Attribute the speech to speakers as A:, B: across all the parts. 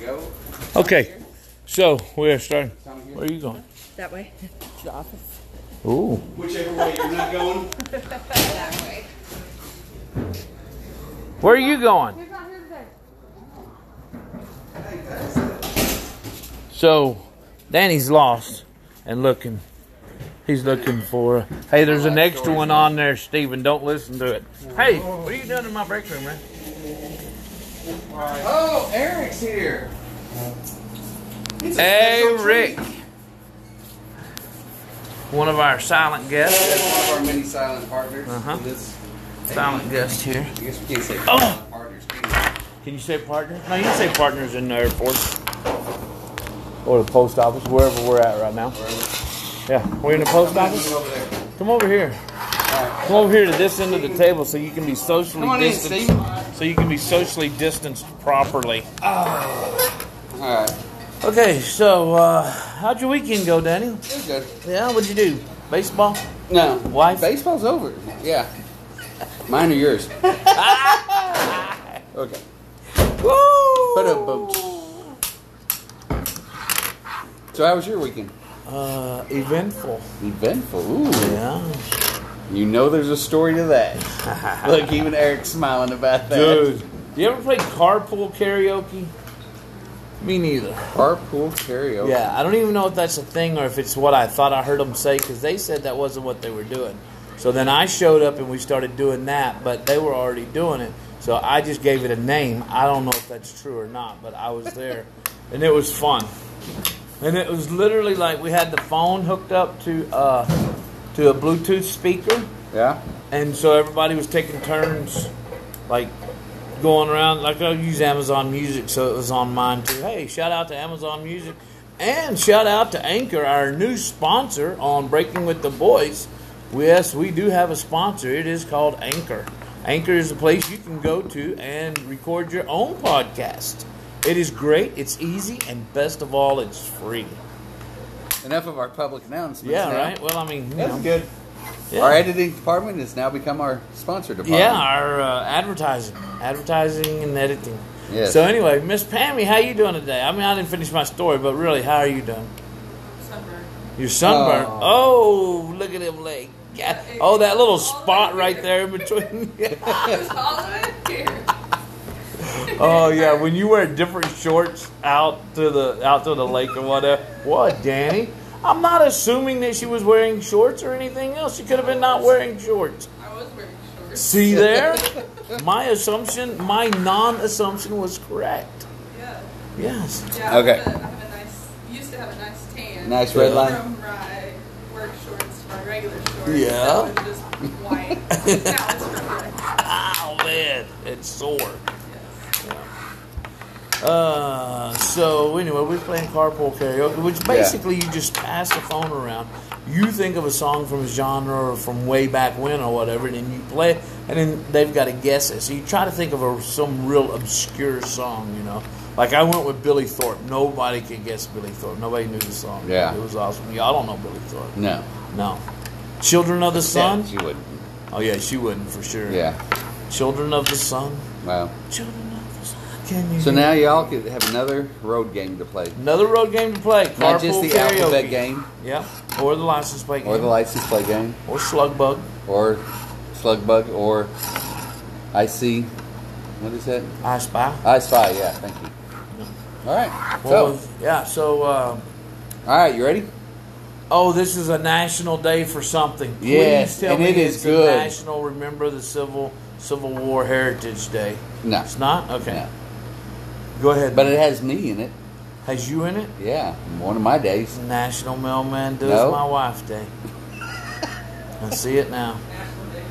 A: go.
B: Okay, so we're starting. Where are you going?
C: That way. the office.
B: Ooh.
A: Whichever way you're not going.
B: Where are you going? So, Danny's lost and looking. He's looking for. Hey, there's an extra one on there, Stephen. Don't listen to it. Hey, what are you doing in my break room, man?
A: Oh, Eric's here. It's a
B: Hey,
A: special
B: Rick.
A: treat.
B: One of our silent guests.
A: That's one of our many silent partners.
B: Uh-huh.
A: This-
B: Silent guest here. Oh!
A: I guess we can't say partners. can we?
B: Can you say partner? No, you can say partners in the airport or the post office, wherever we're at right now. Yeah, we're in the post office.
A: Over there.
B: Come over here. Come over here to this end of the table so you can be socially
A: Come on in,
B: distanced. so you can be socially distanced properly.
A: All right.
B: Okay, so uh, how'd your weekend go, Danny?
A: It was good.
B: Yeah, what'd you do? Baseball?
A: No.
B: Wife?
A: Baseball's over. Yeah. Mine or yours? okay. But a So how was your weekend?
B: Uh, eventful.
A: Eventful. Ooh.
B: Yeah.
A: You know there's a story to that. Look, even Eric's smiling about that.
B: Do you ever play carpool karaoke? Me neither.
A: Carpool karaoke.
B: Yeah, I don't even know if that's a thing or if it's what I thought I heard them say because they said that wasn't what they were doing. So then I showed up and we started doing that, but they were already doing it. So I just gave it a name. I don't know if that's true or not, but I was there and it was fun. And it was literally like we had the phone hooked up to uh, to a Bluetooth speaker
A: Yeah.
B: and so everybody was taking turns, like going around. Like I use Amazon Music, so it was on mine too. Hey, shout out to Amazon Music, and shout out to Anchor, our new sponsor on Breaking with the Boys. Yes, we do have a sponsor. It is called Anchor. Anchor is a place you can go to and record your own podcast. It is great. It's easy, and best of all, it's free.
A: Enough of our public announcements.
B: Yeah,
A: now.
B: right. Well, I mean, you
A: That's
B: know,
A: good.
B: yeah.
A: Our editing department has now become our sponsor department.
B: Yeah, our uh, advertising, advertising and editing.
A: Yes.
B: So anyway, Miss Pammy, how you doing today? I mean, I didn't finish my story, but really, how are you doing? Your sunburn. Oh, look at him leg. Yeah. Oh, that little spot right there in between. oh yeah, when you wear different shorts out to the out to the lake or whatever. What, Danny? I'm not assuming that she was wearing shorts or anything else. She could have been not wearing shorts.
D: I was wearing shorts.
B: See there? my assumption, my non assumption was correct.
D: Yeah.
B: Yes.
D: Yeah. I
A: Okay.
D: have a- I have a nice. Used to have a nice tan.
A: Nice red
B: Yeah.
A: line.
D: From my work shorts to my regular shorts.
B: Yeah.
D: That was just white. now it's red.
B: Oh man, it's sore.
D: Yes.
B: Uh, so anyway, we're playing carpool karaoke, which basically you just pass the phone around. You think of a song from a genre or from way back when or whatever, and then you play it, and then they've got to guess it. So you try to think of a, some real obscure song, you know. Like I went with Billy Thorpe. Nobody could guess Billy Thorpe. Nobody knew the song.
A: Yeah.
B: it was awesome. Y'all don't know Billy Thorpe.
A: No.
B: No. Children of the Sun?
A: Yeah, she wouldn't.
B: Oh, yeah, she wouldn't for sure.
A: Yeah.
B: Children of the Sun.
A: Wow.
B: Children of the Sun. Can you
A: So
B: hear-
A: now y'all could have another road game to play.
B: Another road game to play. Carpool
A: Not just the
B: karaoke.
A: alphabet game
B: Yep. Or the license plate game.
A: or the license play game
B: Or slug bug.
A: or slug bug or I see. What is that?
B: I spy.
A: I spy. Yeah. Thank you. All right.
B: Well,
A: So,
B: yeah, so, uh,
A: all right. You ready?
B: oh, this is a national day for something. Please
A: Yes,
B: tell
A: and
B: me
A: it is
B: it's
A: good.
B: A national Remember the Civil Civil War Heritage Day.
A: No.
B: It's not? Okay.
A: No.
B: Go ahead.
A: But it has me in it.
B: Has you in it?
A: Yeah. One of my days.
B: National Mailman Does
A: No.
B: My Wife Day. I see it now.
D: National Day.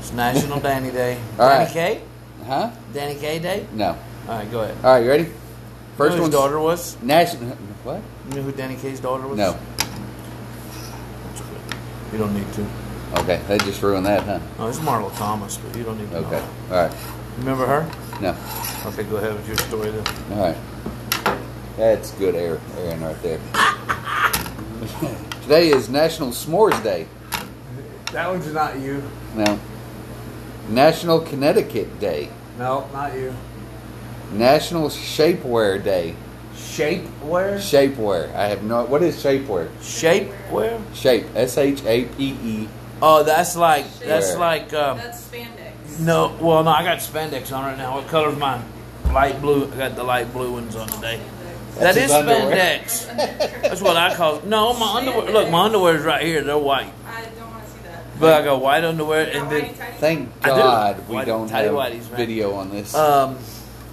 B: It's National Danny Day.
A: All
B: Danny
A: right.
B: K?
A: Huh?
B: Danny K Day?
A: No.
B: All right, go ahead.
A: All right. You ready? First
B: you know
A: one.
B: whose daughter was?
A: National. What?
B: You know who Danny K's daughter was?
A: No.
B: You don't need to.
A: Okay. That just ruined that, huh?
B: No, it's Marla Thomas, but you don't need to know
A: Okay.
B: that.
A: All right.
B: Remember her?
A: No.
B: Okay, go ahead with your story then.
A: All right. That's good air, Aaron, right there. Today is National S'mores Day.
B: That one's not you.
A: No. National Connecticut Day.
B: No, not you.
A: National Shapewear Day.
B: Shapewear?
A: Shapewear. I have no. What is shapewear?
B: Shapewear?
A: Shape. S H A P E.
B: Oh, that's like that's
A: Shapewear.
B: like um,
D: That's spandex.
B: no. Well, no, I got spandex on right now. What color's mine? Light blue. I got the light blue ones on today. That
A: That's his
B: is
A: underwear.
B: spandex. That's what I call. No, my underwear. Look, my underwear's right here. They're white,
D: I don't want to see that.
B: but I got white underwear and
D: Now,
B: then
D: whitey tighties?
A: Thank
B: I do.
A: God we
B: Whitey-
A: don't
B: tidy
A: have
B: whities, man.
A: video on this.
B: Um,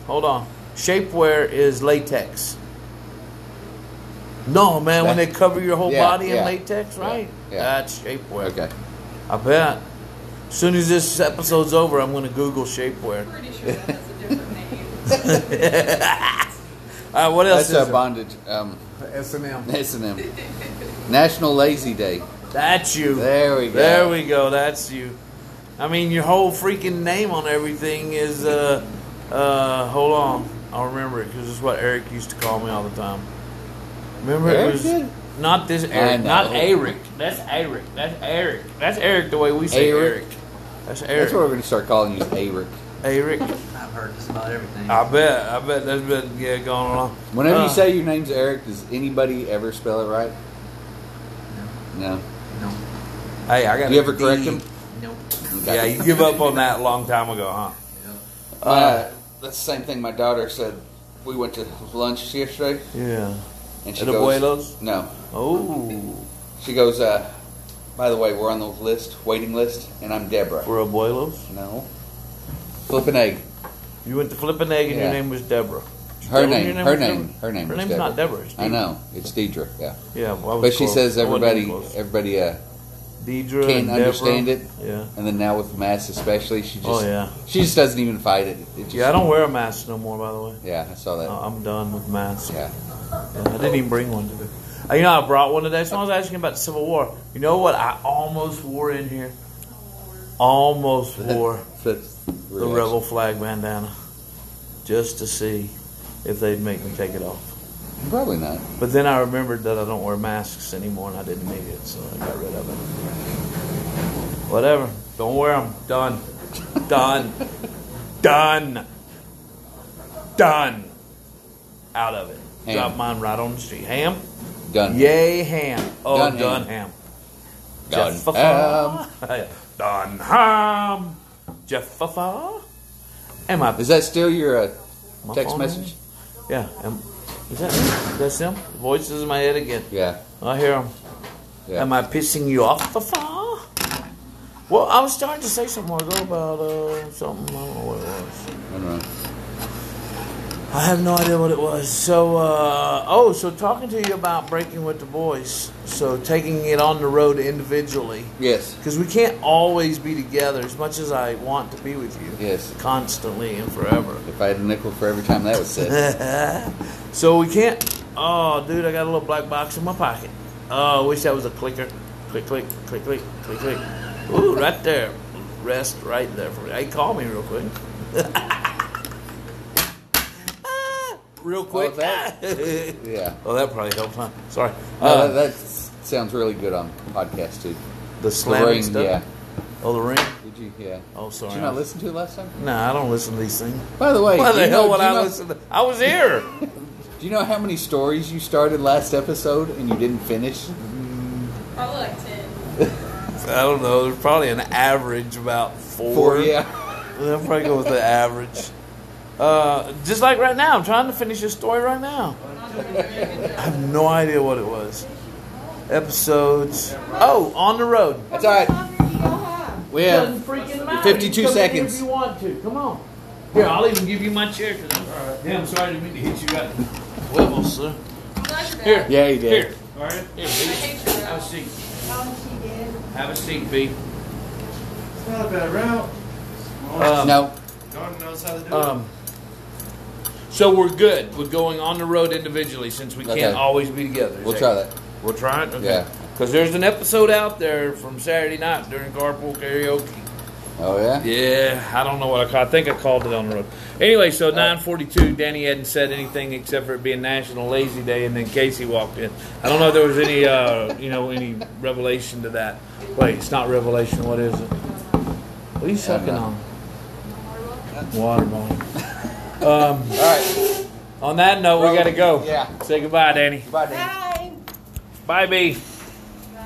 B: hold on. Shapewear is latex. No, man, when they cover your whole
A: Yeah,
B: body in
A: yeah,
B: latex,
A: yeah,
B: right?
A: yeah.
B: That's shapewear.
A: okay.
B: I bet. As soon as this episode's over, I'm going to Google shapewear.
D: I'm pretty sure that has a different name.
B: All right, what else
A: That's a
B: is there?
A: bondage. Um,
B: S and M.
A: S and M. National Lazy Day.
B: That's you.
A: There we go.
B: There we go. That's you. I mean, your whole freaking name on everything is. Uh, uh, hold on, I'll remember it because it's what Eric used to call me all the time. Remember
A: Eric
B: it was
A: did?
B: not this Eric,
A: know.
B: not Eric. That's Eric. That's Eric. That's Eric the way we say Eric.
A: Eric.
B: That's
A: That's what
B: Eric.
A: we're gonna start calling you, Eric.
B: Eric.
E: I've heard just about everything.
B: I bet. I bet that's been yeah going on.
A: Whenever
B: Uh,
A: you say your name's Eric, does anybody ever spell it right? No.
E: no,
B: hey, I got
A: You ever correct them?
E: no.
A: Okay.
B: Yeah, you give up on that a long time ago, huh?
A: Uh, that's the same thing my daughter said. We went to lunch yesterday,
B: Yeah.
A: and she
B: At
A: goes,
B: Abuelo's?
A: "No."
B: Oh,
A: She goes, uh, "By the way, we're on the list, waiting list, and I'm Deborah."
B: for abuelos.
A: no. Flippin' egg.
B: You went to flip an egg and your
A: Yeah.
B: name was Deborah. Did you tell
A: Her
B: her your
A: name,
B: name
A: her
B: was
A: name,
B: Deborah?
A: her name.
B: Her
A: was
B: name's not Deborah, it's
A: I
B: Deidre.
A: know it's Deidre. Yeah,
B: Yeah, well, I was
A: but she
B: close.
A: says
B: I wasn't
A: everybody,
B: even close.
A: everybody, uh,
B: Deidre
A: can't
B: and Deborah.
A: understand it.
B: Yeah.
A: and then now with masks especially, she just,
B: Oh yeah.
A: she just doesn't even fight it. it just,
B: Yeah, I don't wear a mask no more. By the way,
A: Yeah, I saw that.
B: Uh, I'm done with masks.
A: Yeah,
B: Yeah, I didn't even bring one today. Uh, You know, I brought one today. Someone was asking about the Civil War. You know what? I almost wore in here. Almost wore
A: That's
B: the rebel flag bandana, just to see if they'd make me take it off.
A: Probably not.
B: But then I remembered that I don't wear masks anymore, and I didn't need it, so I got rid of it. Whatever. Don't wear them. Done. Done. Done. Done. Out of it.
A: Ham.
B: Drop mine right on the street. Ham.
A: Done.
B: Yay, ham. Oh,
A: Done
B: done,
A: ham.
B: ham.
A: Done
B: Jeff
A: ham.
B: done ham. Jeff Am I?
A: Is that still your uh,
B: my
A: text
B: phone
A: message?
B: ringing? Yeah. Am, is that? That's them. Voices in my head again.
A: Yeah.
B: I hear them.
A: Yeah.
B: Am I pissing you off, Papa? Well, I was starting to say something ago about uh, something. I don't know what it was.
A: I don't know.
B: I have no idea what it was. So, uh, oh, so talking to you about breaking with the boys. So taking it on the road individually
A: Yes.
B: because we can't always be together as much as I want to be with you
A: Yes.
B: constantly and forever.
A: If I had a nickel for every time that was said.
B: So we can't. Oh, dude, I got a little black box in my pocket. Oh, I wish that was a clicker. Click, click, click, click, click, click. Ooh, right there. Rest right there for me. Hey, call me real quick. Ah, real quick.
A: that- yeah.
B: Oh, that probably helped, huh? Sorry.
A: No,
B: Uh,
A: that, that s- sounds really good on podcast too.
B: the slamming
A: ring,
B: stuff.
A: yeah.
B: Oh, the ring.
A: Did you? Yeah.
B: Oh, sorry.
A: Did you not listen to it last time?
B: No, I don't listen to these things.
A: By the way,
B: Why
A: do
B: the
A: you
B: hell
A: know,
B: would
A: do you
B: I
A: know-
B: listen? To, I was here.
A: Do you know how many stories you started last episode and you didn't finish?
D: Probably like 10.
B: I don't know. There's probably an average about four.
A: yeah.
B: I'll probably go with the average. Uh, just like right now, I'm trying to finish this story right now. I have no idea what it was. Episodes. Oh, on the road.
A: That's all right. We have
B: freaking matter.
A: 52
B: You can come in here
A: seconds.
B: If you want to, come on. Here, I'll even give you my chair. Cause I'm, damn, sorry to mean to hit you right. Well, sir.
D: Glad you're
B: Here.
D: back.
A: Yeah, you did.
B: Here. All right. Here,
D: I
B: B.
D: hate your
B: Have a
D: house.
B: seat. Have a seat, B.
E: It's not a bad route. Uh,
B: Um,
A: No.
E: Norm knows how to do
B: Um, so we're good with going on the road individually since we
A: Okay.
B: can't always be together. Is
A: We'll try that.
B: We'll try it. Okay.
A: Yeah.
B: Because there's an episode out there from Saturday night during carpool karaoke.
A: Oh yeah.
B: Yeah, I don't know what I call. I think I called it on the road. Anyway, so 9:42. Danny hadn't said anything except for it being National Lazy Day, and then Casey walked in. I don't know if there was any, uh, you know, any revelation to that. Wait, it's not revelation. What is it? What are you sucking on? Water bottle.
A: All right.
B: On that note, we got to go.
A: Yeah.
B: Say goodbye, Danny.
A: Goodbye, Dan.
C: Bye.
B: Bye, B.